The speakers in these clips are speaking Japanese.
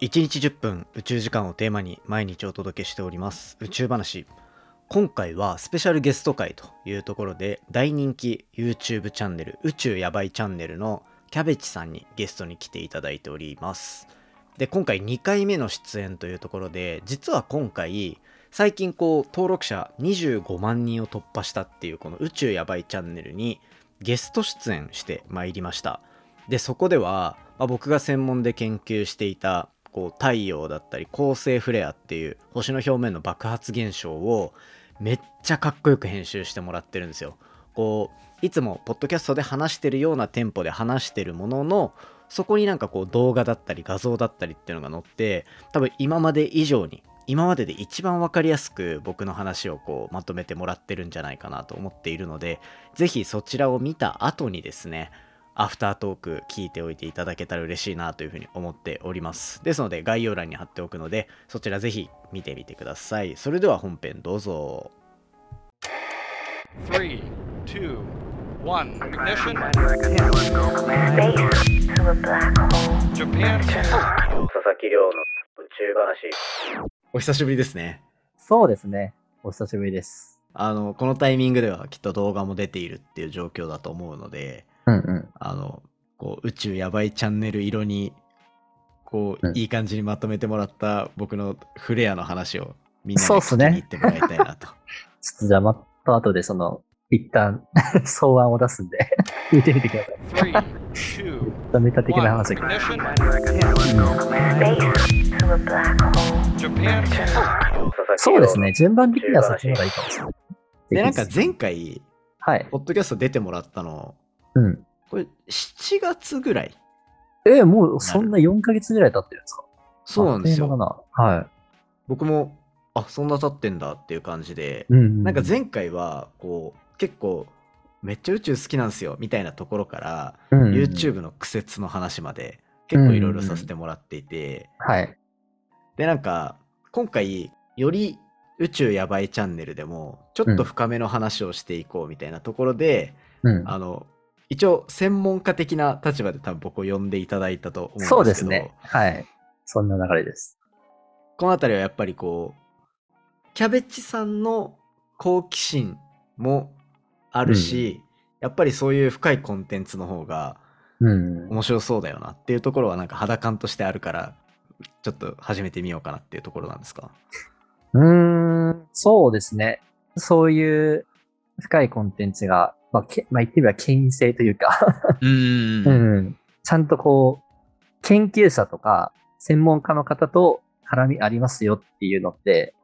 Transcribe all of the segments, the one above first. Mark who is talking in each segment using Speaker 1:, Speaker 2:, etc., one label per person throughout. Speaker 1: 1日10分宇宙時間をテーマに毎日お届けしております宇宙話今回はスペシャルゲスト会というところで大人気 YouTube チャンネル宇宙やばいチャンネルのキャベチさんにゲストに来ていただいておりますで今回2回目の出演というところで実は今回最近こう登録者25万人を突破したっていうこの宇宙やばいチャンネルにゲスト出演してまいりましたでそこでは、まあ僕が専門で研究していたこう太陽だったり恒星フレアっていう星の表面の爆発現象をめっちゃかっこよく編集してもらってるんですよ。こういつもポッドキャストで話してるようなテンポで話してるもののそこになんかこう動画だったり画像だったりっていうのが載って多分今まで以上に今までで一番分かりやすく僕の話をこうまとめてもらってるんじゃないかなと思っているので是非そちらを見た後にですねアフタートーク聞いておいていただけたら嬉しいなというふうに思っておりますですので概要欄に貼っておくのでそちらぜひ見てみてくださいそれでは本編どうぞ
Speaker 2: Three, two, one. Ignition.
Speaker 3: space to a black hole.
Speaker 2: Japan.
Speaker 1: 佐々木亮の宇宙話お久しぶりですね
Speaker 4: そうですね。お久しぶりです。
Speaker 1: あのこのタイミングではきっと動画も出ているっていう状況だと思うので
Speaker 4: うんうん。
Speaker 1: あのこう宇宙やばいチャンネル色にこう、
Speaker 4: うん
Speaker 1: いい感じにまとめてもらった僕のフレアの話をみんなに
Speaker 4: そうっ
Speaker 1: 聞
Speaker 4: す
Speaker 1: きに
Speaker 4: ね
Speaker 1: 行ってもらいたいなと
Speaker 4: ちょっとじゃあ、また後でその、一旦、 草案を出すんで、 見てみてください。
Speaker 2: Three, two,
Speaker 4: ちょっとメタ的な
Speaker 2: one.
Speaker 4: 話だけど。
Speaker 3: Space to a
Speaker 2: Ignition.
Speaker 3: black hole.
Speaker 2: Japan.
Speaker 4: そうですね。順番的にはそっちの方がいいかもしれない。
Speaker 1: でなんか
Speaker 4: ぜひ
Speaker 1: 前回
Speaker 4: はい。
Speaker 1: ポッドキャスト出てもらったの、
Speaker 4: うん。
Speaker 1: これ7月ぐらい。
Speaker 4: えー、もうそんな4ヶ月ぐらい経ってるんですか
Speaker 1: そうなんです
Speaker 4: あっとい
Speaker 1: よ。
Speaker 4: う間かなは
Speaker 1: 僕も、あ、そんな経ってんだっていう感じで、
Speaker 4: い。うん。
Speaker 1: なんか前回は、こう、結構、めっちゃ宇宙好きなんですよ、みたいなところから、
Speaker 4: うんうん、
Speaker 1: YouTube の苦節の話まで、結構いろいろさせてもらっていて、
Speaker 4: はい。
Speaker 1: で、なんか、今回、より宇宙やばいチャンネルでも、ちょっと深めの話をしていこうみたいなところで、
Speaker 4: うん。
Speaker 1: あの一応専門家的な立場で多分僕を呼んでいただいたと思うんですけど
Speaker 4: そうですね。はい。そんな流れです。
Speaker 1: この辺りはやっぱりこうキャベチさんの好奇心もあるし、やっぱりそういう深いコンテンツの方が
Speaker 4: うん。
Speaker 1: 面白そうだよなっていうところはなんか肌感としてあるからちょっと始めてみようかなっていうところなんですか
Speaker 4: うーん、そうですね。そういう深いコンテンツが、まあ、けまあ、言ってみれば権威性というか、
Speaker 1: うーん
Speaker 4: うん、ちゃんとこう、研究者とか専門家の方と絡みありますよっていうのって、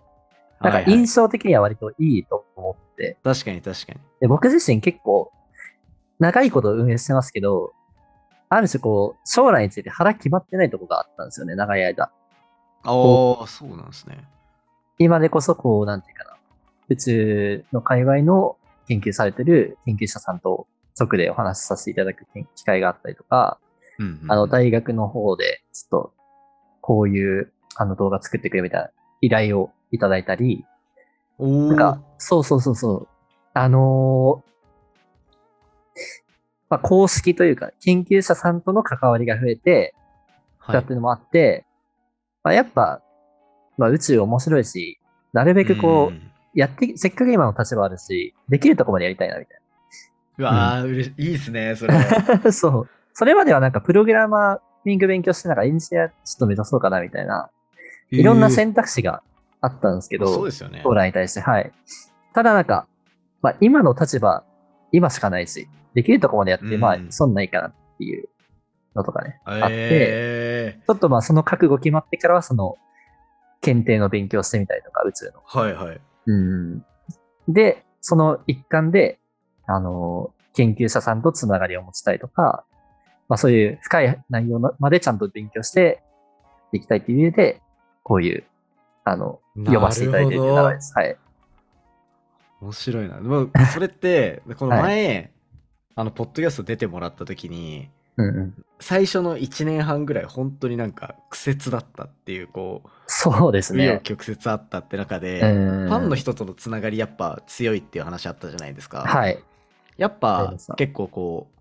Speaker 4: なん
Speaker 1: は
Speaker 4: か
Speaker 1: いはい
Speaker 4: 印象的には割といいと思って、
Speaker 1: 確かに確かに
Speaker 4: で僕自身結構、長いこと運営してますけど、ある種こう、将来について腹決まってないとこがあったんですよね、長い間。
Speaker 1: ああそうなんですね
Speaker 4: 今でこそこう、なんていうかな、宇宙の界隈の研究されてる研究者さんと直でお話しさせていただく機会があったりとか、
Speaker 1: うんうんうん
Speaker 4: あの、大学の方で、ちょっと、こういう、あの、動画作ってくれみたいな依頼をいただいたり、
Speaker 1: おー
Speaker 4: なんか、そうそうそうそう、あのーまあ、公式というか、研究者さんとの関わりが増えて、
Speaker 1: はい
Speaker 4: だっていうのもあって、まあ、やっぱ、まあ、宇宙面白いし、なるべくこう、
Speaker 1: ん
Speaker 4: やって、せっかく今の立場あるし、できるとこまでやりたいな、みたいう
Speaker 1: わー、うれしいいですねそれは
Speaker 4: な。 そう。それまではなんか、プログラマーミング勉強して、なんかエンジニアちょっと目指そうかな、みたいな、いろんな選択肢があったんですけ
Speaker 1: まあそう
Speaker 4: ど
Speaker 1: で、すよね。
Speaker 4: 将来に対して、はい。ただなんか、まあ、今の立場、今しかないし、できるとこまでやって、
Speaker 1: うん
Speaker 4: まあ、損ないかなっていうのとかね、あって、
Speaker 1: え
Speaker 4: ちょっとまあ、その覚悟決まってからは、その、検定の勉強してみたりとか、宇宙の。
Speaker 1: ーはいはい。
Speaker 4: うん。で、その一環で、あの、研究者さんとつながりを持ちたいとか、まあそういう深い内容のまでちゃんと勉強していきたいという意味で、こういう、あの、
Speaker 1: なる
Speaker 4: 読
Speaker 1: ほ
Speaker 4: ま
Speaker 1: ど
Speaker 4: せていただいている流れです。はい。
Speaker 1: 面白いな。でもそれっ て、この前、あの、ポッドキャスト出てもらった時に、
Speaker 4: うんうん。
Speaker 1: 最初の1年半ぐらい、本当になんか苦節だったっていう、こ
Speaker 4: そうです
Speaker 1: う、紆余
Speaker 4: ね。
Speaker 1: 曲折あったって中で、
Speaker 4: うん
Speaker 1: ファンの人とのつながりやっぱ強いっていう話あったじゃないですか。
Speaker 4: はい。
Speaker 1: やっ
Speaker 4: あり
Speaker 1: ぱ
Speaker 4: ました
Speaker 1: 結構こう、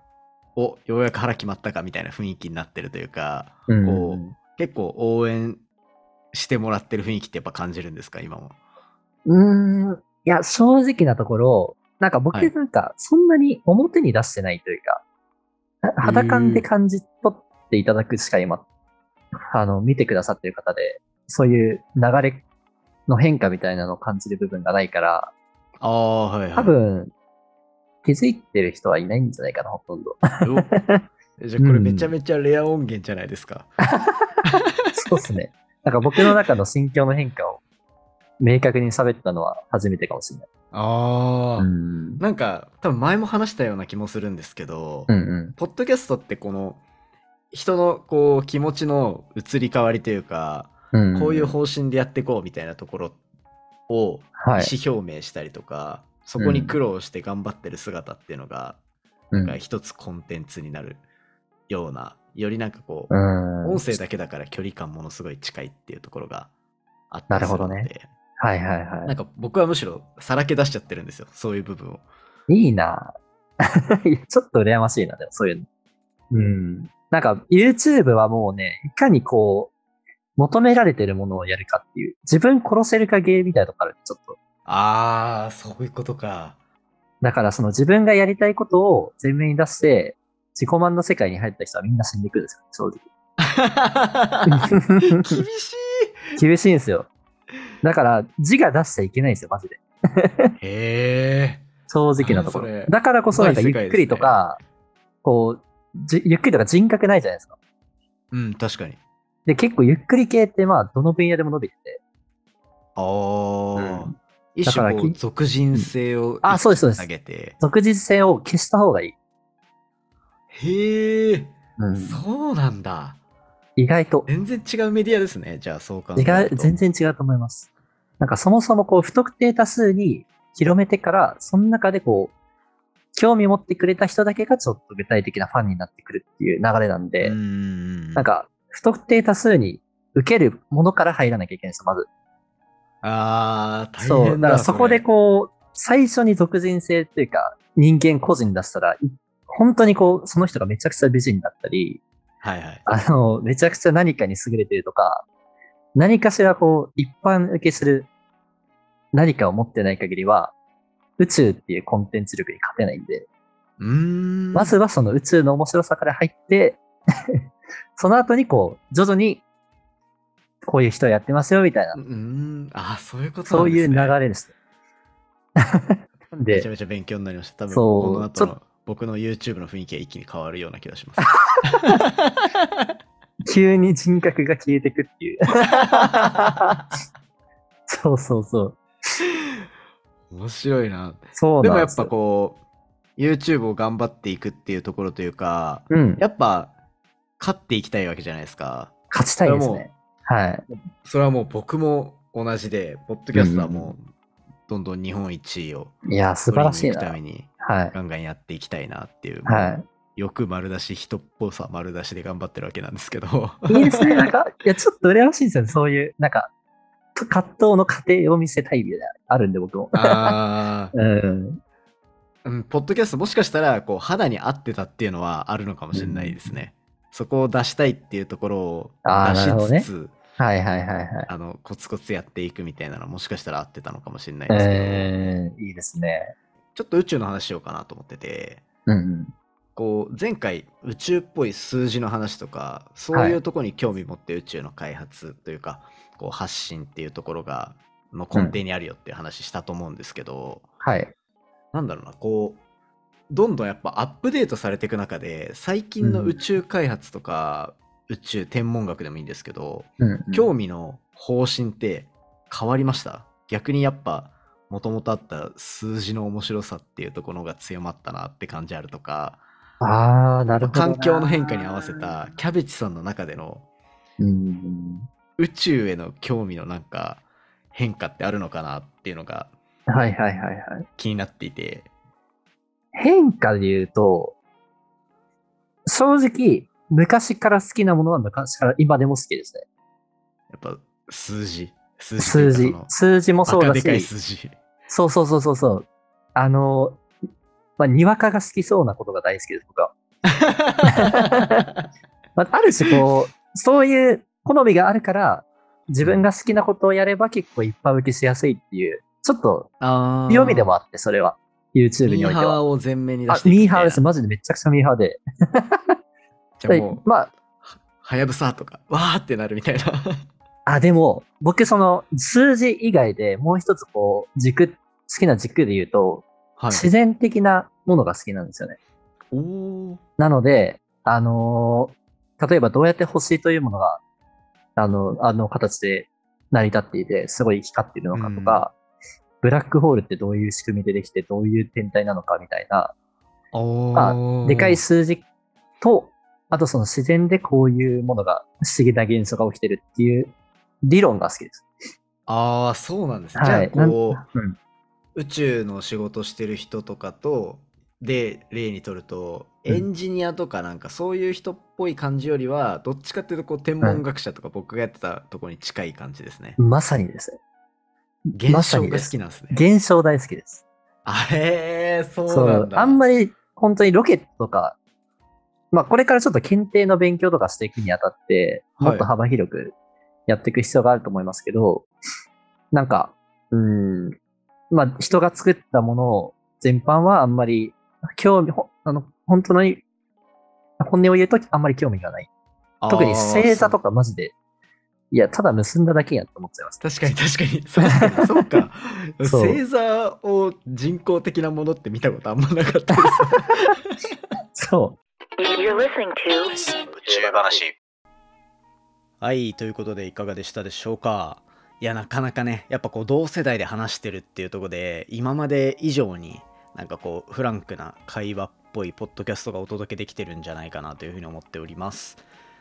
Speaker 1: おようやく腹決まったかみたいな雰囲気になってるというか、
Speaker 4: うん
Speaker 1: こう結構応援してもらってる雰囲気ってやっぱ感じるんですか今も。
Speaker 4: うーん、いや、正直なところ、なんか僕
Speaker 1: はい
Speaker 4: なんか、そんなに表に出してないというか、は肌感で感じ取っていただくしか今、あの、見てくださってる方で、そういう流れの変化みたいなのを感じる部分がないから、
Speaker 1: ああはい
Speaker 4: 多分、気づいてる人はいないんじゃないかな、ほとんど。
Speaker 1: おじゃあこれめちゃめちゃレア音源じゃないですか。
Speaker 4: そうですね。なんか僕の中の心境の変化を明確に喋ったのは初めてかもしれない。
Speaker 1: ああ、
Speaker 4: うん。
Speaker 1: なんか多分前も話したような気もするんですけど、
Speaker 4: うんうん。
Speaker 1: ポッドキャストってこの人のこう気持ちの移り変わりというか、
Speaker 4: うんん
Speaker 1: こういう方針でやっていこうみたいなところを
Speaker 4: はい。
Speaker 1: 意思表明したりとか、そこに苦労して頑張ってる姿っていうのが、
Speaker 4: うん
Speaker 1: なんか一つコンテンツになるようなよりなんかこ
Speaker 4: う
Speaker 1: う、
Speaker 4: ん。
Speaker 1: 音声だけだから距離感ものすごい近いっていうところがあった
Speaker 4: な
Speaker 1: り
Speaker 4: る
Speaker 1: す
Speaker 4: ほ
Speaker 1: る
Speaker 4: ど
Speaker 1: ので
Speaker 4: ねはいはいは
Speaker 1: なんか僕はむしろさらけ出しちゃってるんですよそういう部分を
Speaker 4: い。いいな いやちょっと羨ましいな、でもそういうの。うん。なんか YouTube はもうね、いかにこう、求められてるものをやるかっていう、自分殺せるかゲーみたいなとこあるんでちょっと。
Speaker 1: ああそういうこと か
Speaker 4: だからその自分がやりたいことを前面に出して、自己満の世界に入った人はみんな死んでいくんですよ、正直。
Speaker 1: 厳し
Speaker 4: 厳しいんですよ。だから字が出しちゃいけないんですよ、マジで。
Speaker 1: いへえ
Speaker 4: 正直なとこ
Speaker 1: なんだそ
Speaker 4: ろ
Speaker 1: れ。
Speaker 4: だからこそなんかゆ
Speaker 1: うまい世界
Speaker 4: っくりとか、こう、じゆっくりとか人格ないじゃないですか。
Speaker 1: うん確かに
Speaker 4: で、結構ゆっくり系ってまあ、どの分野でも伸びてて。
Speaker 1: ああ、
Speaker 4: うん
Speaker 1: 一
Speaker 4: だか
Speaker 1: 種
Speaker 4: ら
Speaker 1: こう
Speaker 4: き
Speaker 1: 俗人性を
Speaker 4: あそうですそうです
Speaker 1: 投げて
Speaker 4: 即時性を消した方がいい。
Speaker 1: へえ
Speaker 4: うん
Speaker 1: そうなんだ
Speaker 4: 意外と。
Speaker 1: 全然違うメディアですねじゃあそう考え
Speaker 4: 違
Speaker 1: る
Speaker 4: う、
Speaker 1: と
Speaker 4: 全然違うと思います。なんかそもそもこう、不特定多数に広めてから、その中でこう、興味持ってくれた人だけがちょっと具体的なファンになってくるっていう流れなんで、
Speaker 1: うん
Speaker 4: なんか、不特定多数に受けるものから入らなきゃいけないんですよ、まず。
Speaker 1: ああ大
Speaker 4: そう、
Speaker 1: 変だ
Speaker 4: だからそこでこう、最初に俗人性っていうか、人間個人出したら、い本当にこう、その人がめちゃくちゃ美人だったり、
Speaker 1: うはいはい
Speaker 4: あの、めちゃくちゃ何かに優れてるとか、何かしらこう、一般受けする何かを持ってない限りは、宇宙っていうコンテンツ力に勝てないんで、
Speaker 1: うーん
Speaker 4: まずはその宇宙の面白さから入って、 その後にこう、徐々に、こういう人やってますよみたいな
Speaker 1: う、んああそういうことな
Speaker 4: そ
Speaker 1: んで
Speaker 4: う
Speaker 1: す、ね、
Speaker 4: いう流れです。 なんで
Speaker 1: めちゃ、めちゃ勉強になりました。多分
Speaker 4: そう
Speaker 1: この
Speaker 4: ち
Speaker 1: 後
Speaker 4: ょ
Speaker 1: の僕の YouTube の雰囲気が一気に変わるような気がします。
Speaker 4: 急に人格が消えてくっ ていう。そうそうそう。
Speaker 1: 面白いな。
Speaker 4: そう
Speaker 1: で
Speaker 4: な
Speaker 1: も
Speaker 4: ん
Speaker 1: や
Speaker 4: で
Speaker 1: っ
Speaker 4: すよ
Speaker 1: ぱこう YouTube を頑張っていくっていうところというか、
Speaker 4: うん、
Speaker 1: やっぱ勝っていきたいわけじゃないですか。
Speaker 4: 勝ちたいです
Speaker 1: それは
Speaker 4: ね。はい。
Speaker 1: それはもう僕も同じで、ポッドキャストはもうどんどん日本一位を
Speaker 4: いや、素晴らしい
Speaker 1: 取りに行くた
Speaker 4: な
Speaker 1: め。に
Speaker 4: はい。
Speaker 1: ガンガンやっていきたいなっていう。
Speaker 4: は
Speaker 1: 欲丸出し、人っぽさ丸出しで頑張ってるわけなんですけど。
Speaker 4: い。いいですね。なんか、いや、ちょっと羨ましいんですよね。そういう、なんか、と葛藤の過程を見せたいみたいな、あるんで、僕も。
Speaker 1: あー
Speaker 4: うん。
Speaker 1: うん、ポッドキャストもしかしたらこう肌に合ってたっていうのはあるのかもしれないですね。そこを出したいっていうところを
Speaker 4: あー
Speaker 1: 出
Speaker 4: なるほどね
Speaker 1: しつつ
Speaker 4: はいはいはいはい。
Speaker 1: あのコツコツやっていくみたいなのもしかしたら合ってたのかもしれないですけど、
Speaker 4: えー、いいですね。
Speaker 1: ちょっと宇宙の話しようかなと思ってて
Speaker 4: うんうん。
Speaker 1: こう前回宇宙っぽい数字の話とかそういうところに興味持って宇宙の開発というか、こう発信っていうところがの根底にあるよっていう話したと思うんですけど、
Speaker 4: はい。
Speaker 1: なんだろうな、こう、どんどんやっぱアップデートされていく中で、最近の
Speaker 4: うん
Speaker 1: 宇宙開発とか、宇宙天文学でもいいんですけど、
Speaker 4: うんうん、
Speaker 1: 興味の方針って変わりました逆にやっぱ、もともとあった数字の面白さっていうところが強まったなって感じあるとか、
Speaker 4: ああ、なるほどな。
Speaker 1: 環境の変化に合わせたキャベツさんの中での
Speaker 4: うんうん
Speaker 1: 宇宙への興味のなんか変化ってあるのかなっていうのが
Speaker 4: うん。はいはいはいはい。
Speaker 1: 気になっていて、
Speaker 4: 変化で言うと、正直、昔から好きなものは昔から今でも好きですね。
Speaker 1: やっぱ数字、数字というか
Speaker 4: 数字
Speaker 1: その。
Speaker 4: 数字もそう
Speaker 1: バカ
Speaker 4: だ
Speaker 1: でかい
Speaker 4: し、
Speaker 1: 数字。
Speaker 4: そうそうそうそうそう。あの、まあ、にわかが好きそうなこと が大好きです、僕は。まあ、ある種こう、そういう好みがあるから、自分が好きなことをやれば結構一般受けしやすいっていう、ちょっと
Speaker 1: あ
Speaker 4: 強みで
Speaker 1: あ
Speaker 4: もあって、それは。YouTube
Speaker 1: ミ
Speaker 4: にお
Speaker 1: ー
Speaker 4: いて
Speaker 1: ハー
Speaker 4: は。
Speaker 1: を前面に出
Speaker 4: あ
Speaker 1: し、ていく
Speaker 4: ミ
Speaker 1: み
Speaker 4: ーハ
Speaker 1: たい
Speaker 4: ーで
Speaker 1: な
Speaker 4: す。マジでめちゃくちゃミーハーで。
Speaker 1: じゃあもう
Speaker 4: まあ、
Speaker 1: はやぶさとかわーってなるみたいな
Speaker 4: あ、でも、僕、その、数字以外でもう一つ、こう、軸、好きな軸で言うと、
Speaker 1: はい
Speaker 4: 自然的なものが好きなんですよね。
Speaker 1: おお
Speaker 4: なので、あのー例えばどうやって星というものが、あの、あの形で成り立っていて、すごい光っているのかとか、ブラックホールってどういう仕組みでできて、どういう天体なのかみたいな、
Speaker 1: あ
Speaker 4: でかい数字と、あとその自然でこういうものが、不思議な現象が起きてるっていう理論が好きです。
Speaker 1: ああそうなんですね、
Speaker 4: はい
Speaker 1: じゃあこう
Speaker 4: うん、
Speaker 1: 宇宙の仕事してる人とかとで例にとると
Speaker 4: うん
Speaker 1: エンジニアとかなんかそういう人っぽい感じよりはどっちかっていうとこう天文学者とか僕がやってたとこに近い感じですね、
Speaker 4: まさにですね。
Speaker 1: 現
Speaker 4: まさ
Speaker 1: 象
Speaker 4: に
Speaker 1: が
Speaker 4: で
Speaker 1: 好
Speaker 4: す
Speaker 1: き。なんですね
Speaker 4: 現象大好きです。
Speaker 1: あれーそ
Speaker 4: そう
Speaker 1: なん
Speaker 4: う。
Speaker 1: だ
Speaker 4: あんまり本当にロケットとか、まあこれからちょっと検定の勉強とかしていくにあたって、
Speaker 1: はい
Speaker 4: もっと幅広くやっていく必要があると思いますけど、なんか、うん、まあ人が作ったものを全般はあんまり興味、ほあの本当に本音を言うとあんまり興味がない。特に星座と
Speaker 1: か
Speaker 4: かマジで、いや、ただ結んだだけやと思っちゃいます。
Speaker 1: 確かに確かに そうかそう か
Speaker 4: そう
Speaker 1: 星座を人工的なものって見たことあんまなかったです
Speaker 4: そう。
Speaker 3: You're listening to
Speaker 1: はいということでいかがでしたでしょうかいやなかなかねやっぱこう同世代で話してるっていうところで今まで以上になんかこうフランクな会話っぽいポッドキャストがお届けできてるんじゃないかなというふうに思っております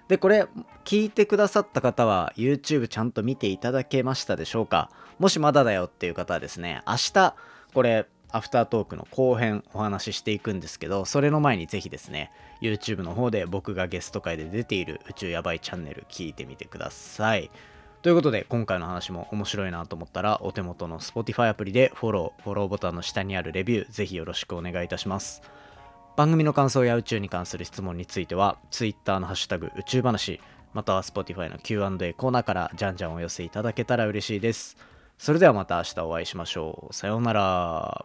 Speaker 1: でこれ聞いてくださった方は YouTube ちゃんと見ていただけましたでしょうかもしまだだよっていう方はですね明日これアフタートークの後編お話ししていくんですけどそれの前にぜひですね YouTube の方で僕がゲスト会で出ている宇宙やばいチャンネル聞いてみてくださいということで今回の話も面白いなと思ったらお手元の Spotify アプリでフォローフォローボタンの下にあるレビューぜひよろしくお願いいたします番組の感想や宇宙に関する質問については Twitter のハッシュタグ宇宙話または Spotify の Q&A コーナーからじゃんじゃんお寄せいただけたら嬉しいですそれではまた明日お会いしましょうさようなら